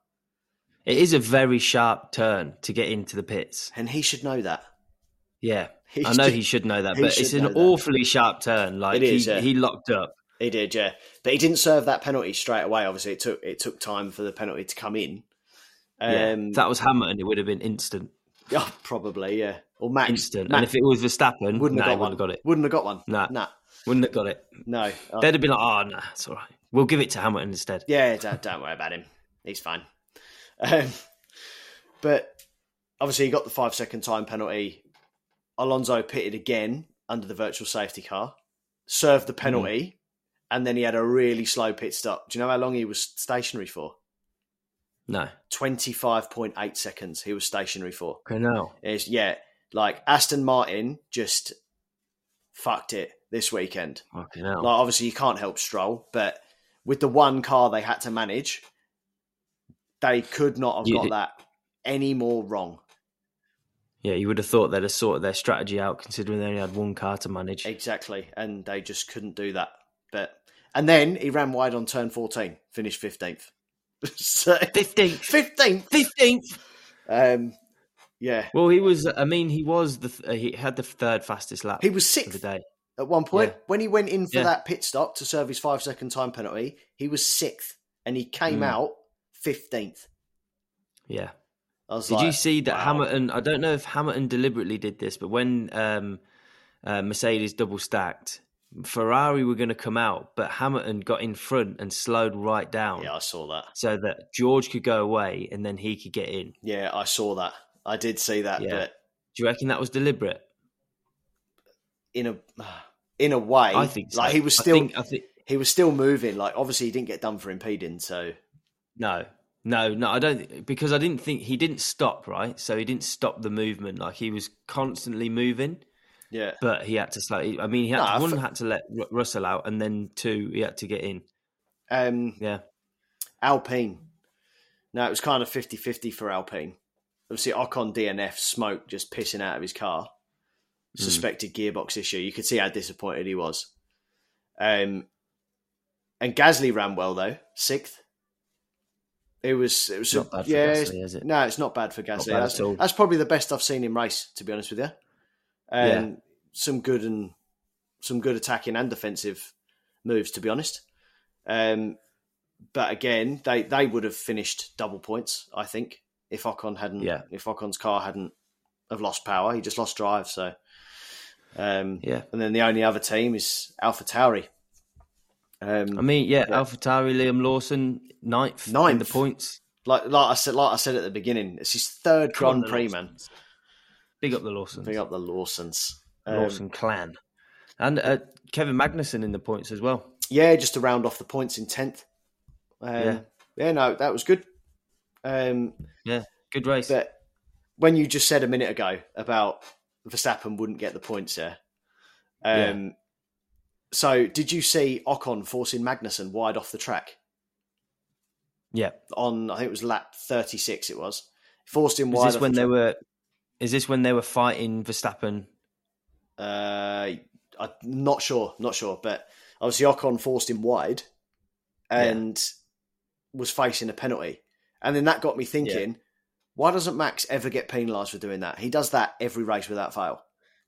It is a very sharp turn to get into the pits. And he should know that. Yeah, He I know should- he should know that, he but should it's an know that. awfully sharp turn. Like It is, he, yeah. he locked up. He did, yeah. But he didn't serve that penalty straight away, obviously. It took it took time for the penalty to come in. Yeah. Um if that was Hamilton, it would have been instant, yeah, probably, yeah. Or Max, instant. Max and if it was Verstappen, wouldn't nah, he have got one. wouldn't have got it. Wouldn't have got one. Nah. Nah. Wouldn't have got it. No. Uh, They'd have been like, oh, nah, it's all right. We'll give it to Hamilton instead. Yeah, don't, don't worry about him. He's fine. Um, but obviously, he got the five second time penalty. Alonso pitted again under the virtual safety car, served the penalty, and then he had a really slow pit stop. Do you know how long he was stationary for? No, 25.8 seconds he was stationary for. okay, no. It's, yeah, like Aston Martin just fucked it this weekend. Fucking hell. Like obviously you can't help Stroll, but with the one car they had to manage, they could not have You- got that any more wrong. yeah, you would have thought they'd have sorted their strategy out considering they only had one car to manage. Exactly, and they just couldn't do that. But and then he ran wide on turn fourteen, finished fifteenth. so 15th. fifteenth, 15th. um, yeah, Well, he was, I mean, he was, the th- uh, he had the third fastest lap he was of the sixth day. at one point Yeah. when he went in for Yeah. that pit stop to serve his five second time penalty. He was sixth, and he came Mm. out fifteenth. Yeah. I was Did like, you see that wow. Hamilton? I don't know if Hamilton deliberately did this, but when um, uh, Mercedes double stacked, Ferrari were going to come out, but Hamilton got in front and slowed right down Yeah, I saw that. so that George could go away and then he could get in. Yeah, I saw that. I did see that, Yeah. but Do you reckon that was deliberate? in a in a way, I think so. like he was I still think- uh, I think he was still moving. Like obviously he didn't get done for impeding, so No, no, no. I don't because I didn't think he didn't stop right, so he didn't stop the movement. Like he was constantly moving, yeah, but he had to slow. I mean, he had No, I to, one fe- had to let Ru- Russell out, and then two he had to get in. um, Yeah, Alpine. No, it was kind of 50-50 for Alpine. Obviously, Ocon DNF smoke just pissing out of his car. Hmm. Suspected gearbox issue. You could see how disappointed he was. Um, and Gasly ran well though, sixth. It was it was Not bad for yeah, Gasly, it's- is it? No, it's not bad for Gasly. bad at that's, all. that's probably the best I've seen him race, to be honest with you. Um, Yeah. some good and some good attacking and defensive moves, to be honest. Um, but again, they they would have finished double points. I think if Ocon hadn't, Yeah. if Ocon's car hadn't have lost power, he just lost drive. So, um, Yeah. And then the only other team is Alpha Tauri. Um, I mean, yeah, Yeah. AlphaTauri, Liam Lawson, ninth, in the Ninth. points. like like I said, like I said at the beginning, it's his third Big up Grand the Prix, man. Lawsons. Big up the Lawsons. Bring up the Lawsons. Um, Lawson clan. And uh, Kevin Magnussen in the points as well. yeah, just to round off the points in tenth. Um, yeah. Yeah. no, that was good. Um, Good race. but when you just said a minute ago about Verstappen wouldn't get the points there, um, so did you see Ocon forcing Magnussen wide off the track Yeah. on? I think it was lap thirty six. It was forced him Is wide. this off when the they track. were? Is this when they were fighting Verstappen? Uh, I'm not sure, not sure, but obviously Ocon forced him wide and was facing a penalty. And then that got me thinking, why doesn't Max ever get penalised for doing that? He does that every race without fail.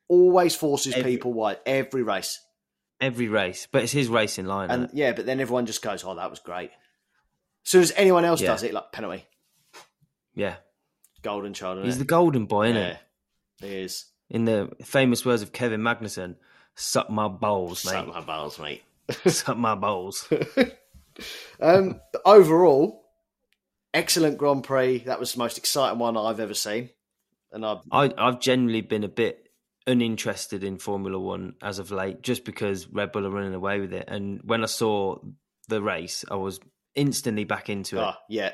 Always forces Every- people wide, every race. Every race, but it's his racing line. And isn't it? yeah, but then everyone just goes, oh, that was great. As soon as anyone else Yeah. does it, like penalty, yeah, golden child. he's is the golden boy, isn't yeah, he is. he? In the famous words of Kevin Magnussen, "Suck my balls, mate. Suck my balls, mate. Suck my balls." Um, but overall, excellent Grand Prix. That was the most exciting one I've ever seen. And I, I, I've generally been a bit uninterested in Formula One as of late, just because Red Bull are running away with it. And when I saw the race, I was instantly back into it. ah, yeah,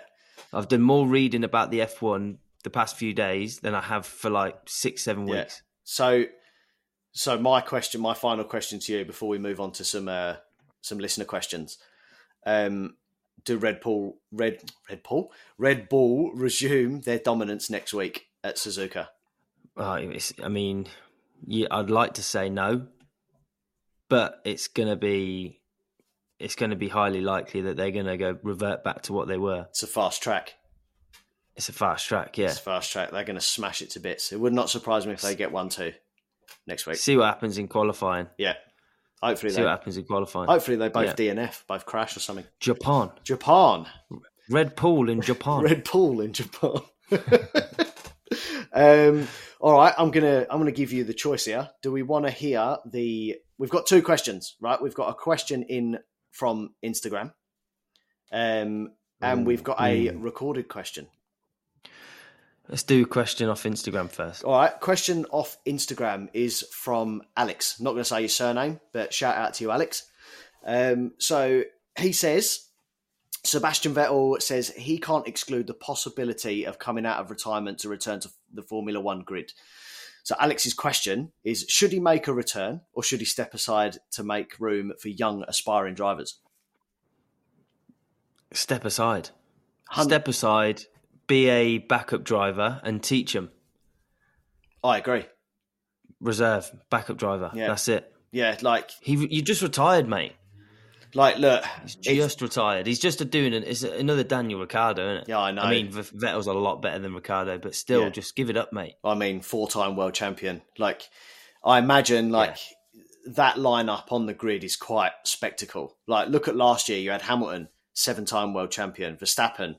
I've done more reading about the F1 the past few days than I have for like six, seven Yeah. weeks. So, so my question, my final question to you before we move on to some uh, some listener questions. Um, do Red Bull, Red Red Bull, Red Bull resume their dominance next week at Suzuka? Uh, it's, I mean, yeah, I'd like to say no, but it's gonna be it's gonna be highly likely that they're gonna go revert back to what they were. It's a fast track. It's a fast track, yeah. It's a fast track. They're going to smash it to bits. It would not surprise me if they get one two next week. See what happens in qualifying. Yeah, hopefully See what they. happens in qualifying. Hopefully they both Yeah. DNF, both crash or something. Japan, Japan. Red Pool in Japan. Red Bull in Japan. um, all right, I'm gonna I'm gonna give you the choice here. Do we want to hear the? We've got two questions, right? We've got a question in from Instagram, um, and Ooh, we've got a ooh. recorded question. Let's do a question off Instagram first. All right, question off Instagram is from Alex. Not gonna say your surname, but shout out to you, Alex. Um, so he says. Sebastian Vettel says he can't exclude the possibility of coming out of retirement to return to the Formula One grid. So, Alex's question is should he make a return or should he step aside to make room for young aspiring drivers? Step aside. Hun- Step aside. Be a backup driver and teach them. I agree. Reserve backup driver. Yeah. That's it. Yeah, like, He, you just retired, mate. like, look, He's just retired. He's just a doing an, it's another Daniel Ricciardo, isn't it? Yeah, I know. I mean, V- Vettel's a lot better than Ricciardo, but still, Yeah. just give it up, mate. I mean, four time world champion. Like, I imagine like that lineup on the grid is quite spectacle. Like, look at last year. You had Hamilton, seven time world champion. Verstappen,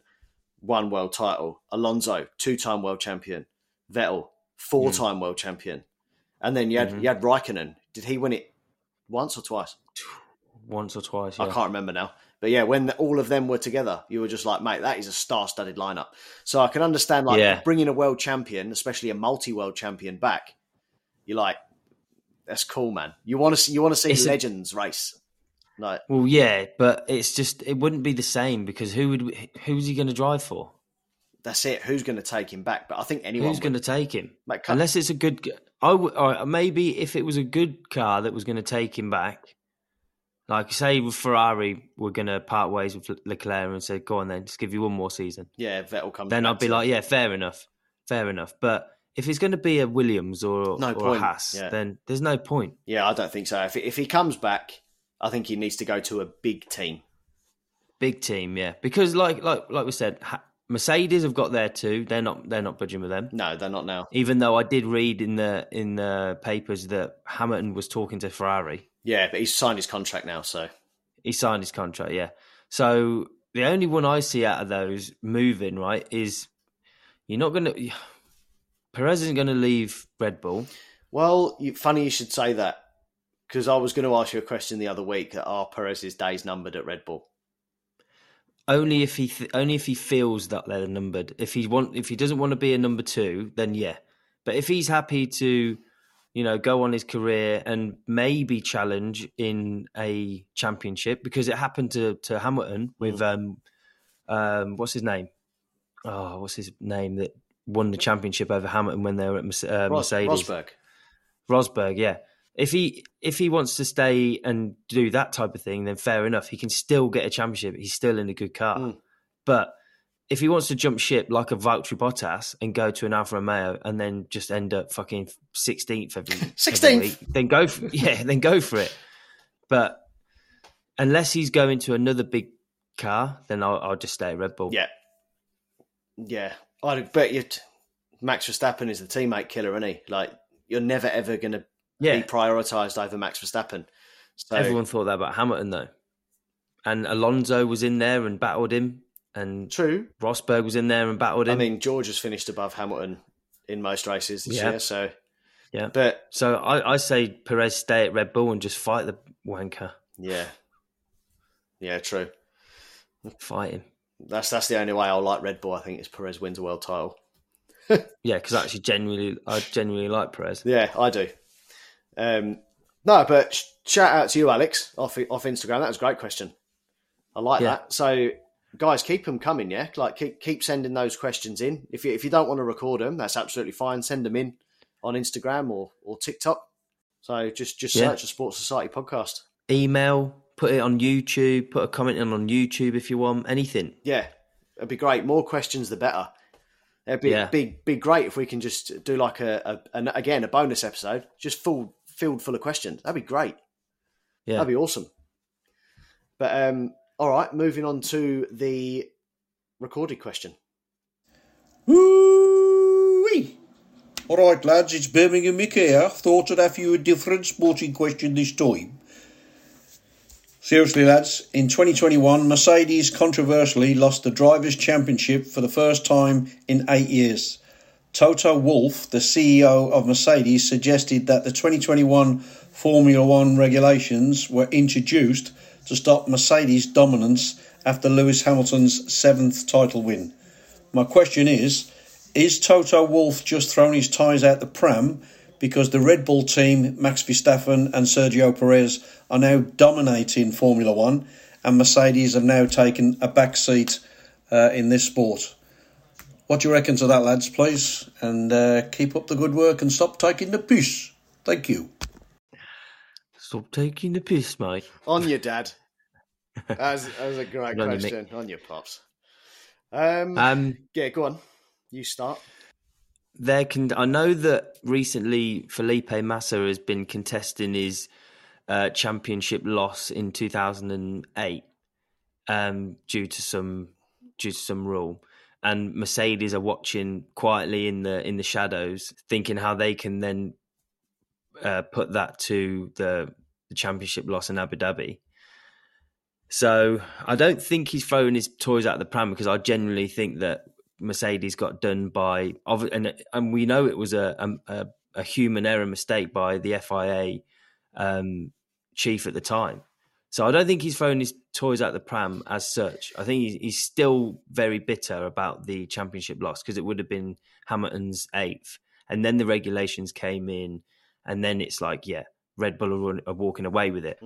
one world title. Alonso, two time world champion. Vettel, four time world champion. And then you had you had Raikkonen. Did he win it once or twice? Once or twice. I yeah. can't remember now. But yeah, when all of them were together, you were just like, mate, that is a star-studded lineup. So I can understand like Yeah. bringing a world champion, especially a multi-world champion, back. You're like, that's cool, man. You want to see you want to see It's a- legends race, like Well, yeah, but it's just it wouldn't be the same because who would who was he going to drive for? that's it. Who's going to take him back? But I think anyone Who's going to take him? Mate, cut- Unless it's a good. g- I w- or maybe if it was a good car that was going to take him back, like say with Ferrari, we're going to part ways with Le- Leclerc and say, "Go on, then, just give you one more season." yeah, Vettel comes. then back I'd be to- like, yeah, fair enough, fair enough. But if it's going to be a Williams or, No or point, a Haas, yeah. then there's no point. yeah, I don't think so. If if he comes back, I think he needs to go to a big team. Big team, yeah, because like like like we said, ha- Mercedes have got there too. They're not they're not budging with them. No, they're not now. Even though I did read in the in the papers that Hamilton was talking to Ferrari, Yeah, but he's signed his contract now, so he signed his contract. Yeah, so the only one I see out of those moving right is you're not going to Perez isn't going to leave Red Bull. Well, you, funny you should say that because I was going to ask you a question the other week that are Perez's days numbered at Red Bull? Only if he th- only if he feels that they're numbered. If he want if he doesn't want to be a number two, then yeah. But if he's happy to, you know, go on his career and maybe challenge in a championship because it happened to to Hamilton with um um what's his name? Oh, what's his name that won the championship over Hamilton when they were at Merce- uh, Ros- Mercedes? Rosberg. Rosberg, yeah. If he if he wants to stay and do that type of thing, then fair enough. He can still get a championship. He's still in a good car. Mm. But if he wants to jump ship like a Valtteri Bottas and go to an Alfa Romeo and then just end up fucking sixteenth every every 16th. week, then go for, yeah, then go for it. But unless he's going to another big car, then I'll, I'll just stay at Red Bull. Yeah. Yeah. I bet you Max Verstappen is the teammate killer, isn't he? Like, you're never ever going to yeah. be prioritised over Max Verstappen. So, Everyone thought that about Hamilton though, and Alonso was in there and battled him, and true. Rosberg was in there and battled him. I mean, George has finished above Hamilton in most races this Yeah. year. So, Yeah. But, so I, I say Perez stay at Red Bull and just fight the wanker. yeah. Yeah, true. Fight him. That's that's the only way I'll like Red Bull, I think, is Perez wins a world title. Yeah, because I actually genuinely, I genuinely like Perez. Yeah, I do. Um, no, but sh- shout out to you, Alex, off off Instagram. That was a great question. I like Yeah. that. So, guys, keep them coming. Yeah, like keep keep sending those questions in. If you if you don't want to record them, that's absolutely fine. Send them in on Instagram or or TikTok. So just just Yeah. search the Sports Society podcast. Email, put it on YouTube, put a comment in on YouTube if you want, anything. Yeah, it'd be great. More questions, the better. It'd be Yeah. be, be great if we can just do like a, a an, again a bonus episode, just full filled full of questions. That'd be great. Yeah. That'd be awesome. But um, all right, moving on to the recorded question. Woo-wee. All right, lads, it's Birmingham Mick here. Thought I'd have you a different sporting question this time. Seriously, lads, in 2021, Mercedes controversially lost the Drivers' Championship for the first time in eight years. Toto Wolff, the CEO of Mercedes, suggested that the 2021 Formula One regulations were introduced to stop Mercedes' dominance after Lewis Hamilton's seventh title win. My question is Is Toto Wolf just throwing his ties out the pram because the Red Bull team, Max Verstappen and Sergio Perez, are now dominating Formula One and Mercedes have now taken a back seat uh, in this sport? What do you reckon to that, lads, please? And uh, keep up the good work and stop taking the piss. Thank you. Stop taking the piss, mate. On your dad. As as a great Good on you, Mick. question. on your pops. Um, Um, yeah, go on. You start. there can I know that recently Felipe Massa has been contesting his uh, championship loss in 2008 um, due to some due to some rule and Mercedes are watching quietly in the in the shadows thinking how they can then uh, put that to the, the championship loss in Abu Dhabi so I don't think he's throwing his toys out of the pram because I genuinely think that Mercedes got done by of- and and we know it was a a- a, a human error mistake by the FIA um, chief at the time. So I don't think he's throwing his toys out the pram as such. I think he's, he's still very bitter about the championship loss because it would have been Hamilton's eighth, and then the regulations came in, and then it's like yeah, Red Bull are, run- are walking away with it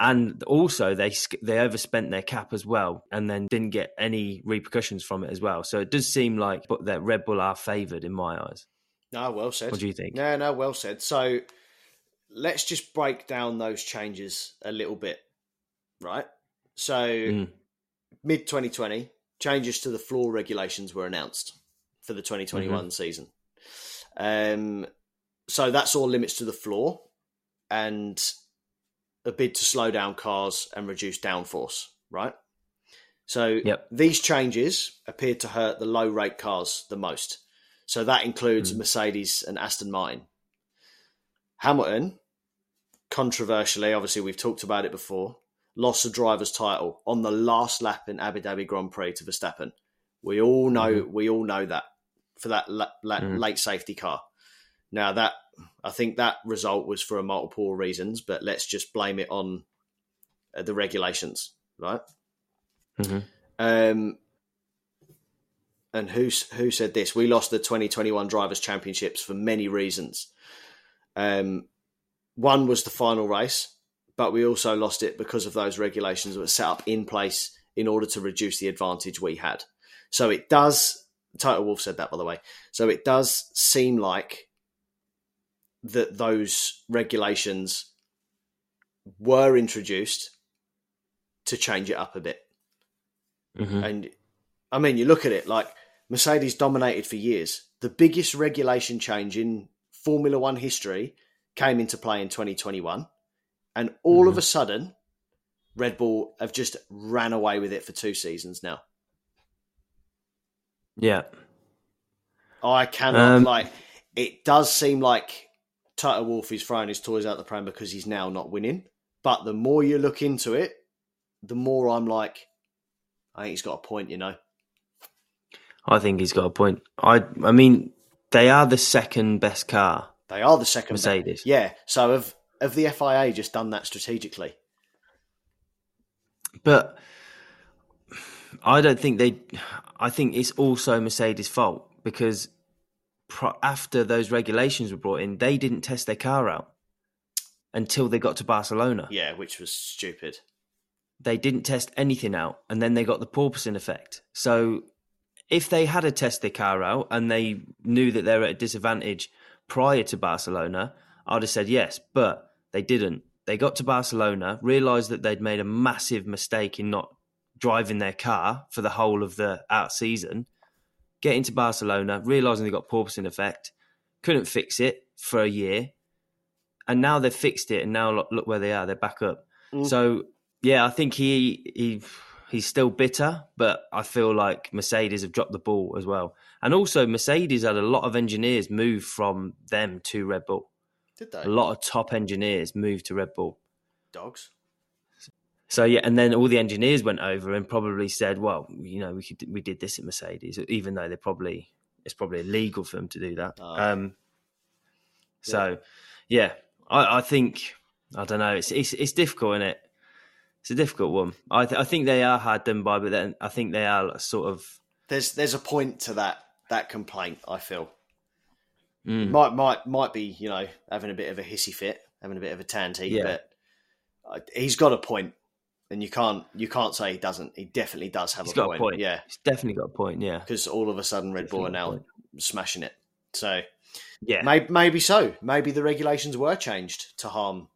and also they sk- they overspent their cap as well, and then didn't get any repercussions from it as well. So it does seem like but that Red Bull are favoured in my eyes. No, well said. What do you think? No, no, well said. So let's just break down those changes a little bit, right? So Mm. mid 2020, changes to the floor regulations were announced for the 2021 Mm-hmm. season. Um, so that's all limits to the floor and a bid to slow down cars and reduce downforce, right? So Yep. these changes appeared to hurt the low rate cars the most. So that includes Mercedes and Aston Martin. Hamilton, controversially, obviously, we've talked about it before, lost the driver's title on the last lap in Abu Dhabi Grand Prix to Verstappen. We all know we all know that for that la- la- Mhm. late safety car. Now that I think that result was for a multiple reasons, but let's just blame it on uh, the regulations, right? Mhm. Um, and who s- who said this? We lost the 2021 drivers' championships for many reasons. Um, one was the final race, but we also lost it because of those regulations that were set up in place in order to reduce the advantage we had. So it does. Total Wolf said that, by the way. So it does seem like that those regulations were introduced to change it up a bit. Mhm. And I mean, you look at it like Mercedes dominated for years. The biggest regulation change in Formula One history came into play in 2021. And all of a sudden, Red Bull have just ran away with it for two seasons now. Yeah. I cannot Um, like. It does seem like Toto Wolf is throwing his toys out the pram because he's now not winning. But the more you look into it, the more I'm like, I think he's got a point. You know, I think he's got a point. I I mean, they are the second best car, they are the second Mercedes. Yeah. So have have the FIA just done that strategically? But I don't think they. I think it's also Mercedes' fault because pro, after those regulations were brought in, they didn't test their car out until they got to Barcelona. Yeah, which was stupid. They didn't test anything out, and then they got the porpoising effect. So if they had a test their car out and they knew that they're at a disadvantage prior to Barcelona, I'd have said yes, but they didn't. They got to Barcelona, realised that they'd made a massive mistake in not driving their car for the whole of the out season. Get into Barcelona, realising they got porpoising effect, couldn't fix it for a year, and now they've fixed it. And now look, look where they are; they're back up. So yeah, I think he he he's still bitter, but I feel like Mercedes have dropped the ball as well. And also, Mercedes had a lot of engineers move from them to Red Bull. Did they? A lot of top engineers moved to Red Bull. Dogs. So yeah, and then all the engineers went over and probably said, "Well, you know, we could we did this at Mercedes, even though they probably it's probably illegal for them to do that." Oh. um, so yeah, I, I think I don't know. It's it's it's difficult, isn't it? It's a difficult one. I th- I think they are hard done by, but then I think they are sort of There's there's a point to that that complaint. I feel mm, might might might be you know having a bit of a hissy fit, having a bit of a tanty, Yeah. but uh, he's got a point, and you can't you can't say he doesn't. He definitely does have He's a, got a point. point. yeah, it's definitely got a point. Yeah, because all of a sudden Red Bull are now Definitely got smashing it. So yeah, maybe maybe so. Maybe the regulations were changed to harm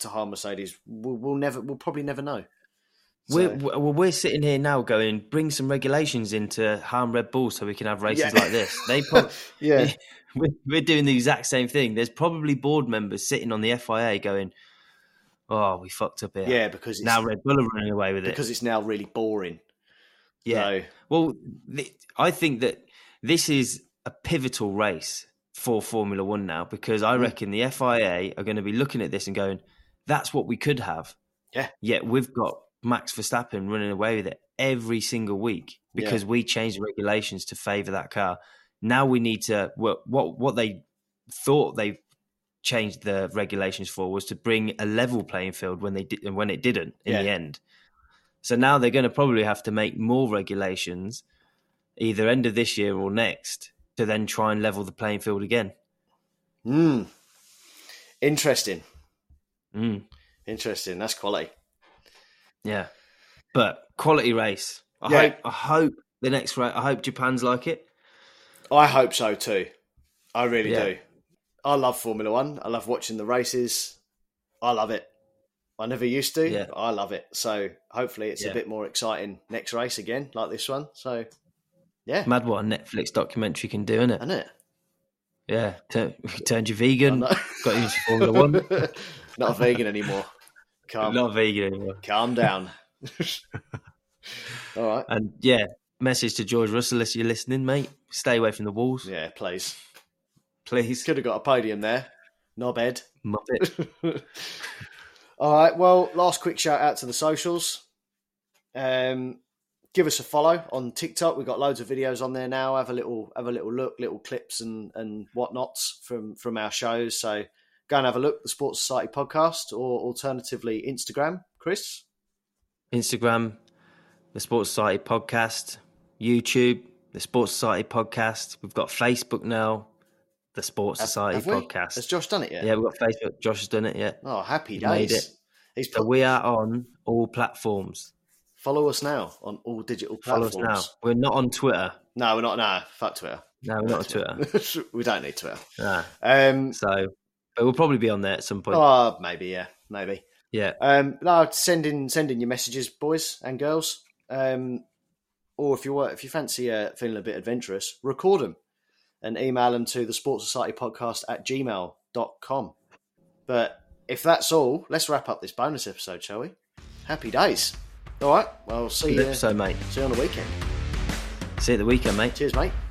to harm Mercedes. We'll, we'll never we'll probably never know. We're, So- well, we're sitting here now going, bring some regulations in to harm Red Bull so we can have races Yeah. like this. They prob- yeah, we're, we're doing the exact same thing. There's probably board members sitting on the FIA going, oh, we fucked up here. yeah, because it's, Now Red Bull are running away with it. because it's now really boring. yeah. So, Well, th- I think that this is a pivotal race for Formula One now because Hmm. I reckon the FIA are going to be looking at this and going, that's what we could have. Yeah. Yet we've got Max Verstappen running away with it every single week Yeah. because we changed the regulations to favor that car. Now we need to what what what they thought they changed the regulations for was to bring a level playing field when they did when it didn't in the Yeah. end. So now they're going to probably have to make more regulations either end of this year or next to then try and level the playing field again. mm, interesting, Mm, interesting. That's quality. yeah. But quality race. I Yeah. hope I hope the next race I hope Japan's like it. I hope so too. I really Yeah. do. I love Formula One. I love watching the races. I love it. I never used to. Yeah. but I love it. So hopefully it's Yeah. a bit more exciting next race again, like this one. So yeah, Mad what a Netflix documentary can do, innit? isn't it? Yeah. Turn, turned you vegan, I got you into Formula One. Not a vegan anymore. Calm, Not vegan anymore. calm down. All right. And yeah, message to George Russell if you're listening, mate. Stay away from the walls, Yeah, please. please. Could have got a podium there. Knobhead. Muppet. All right. Well, last quick shout out to the socials. Um, give us a follow on TikTok. We've got loads of videos on there now. Have a little have a little look, little clips and and whatnots from from our shows. So go and have a look. The Sports Society podcast, or alternatively Instagram. Chris, Instagram, the Sports Society Podcast, YouTube, the Sports Society Podcast. We've got Facebook now, the Sports Society have we? Podcast. Has Josh done it yet? yeah, we've got Facebook. Josh has done it yet. Oh, happy made days. it. He's So we are on all platforms. follow us now on all digital Follow platforms. us now. We're not on Twitter. No, we're not. No, fuck Twitter. No, we're not on Twitter. we don't need Twitter. Nah. Um, So, but we'll probably be on there at some point. oh, maybe yeah, maybe. yeah. Um, no, send in send in your messages, boys and girls. Um, or if you were, if you fancy uh, feeling a bit adventurous, record them and email them to the Sports Society Podcast at gmail.com. But if that's all, let's wrap up this bonus episode, shall we? Happy days. All right. Well, see Good you, episode, mate. see you on the weekend. See you at the weekend, mate. Cheers, mate.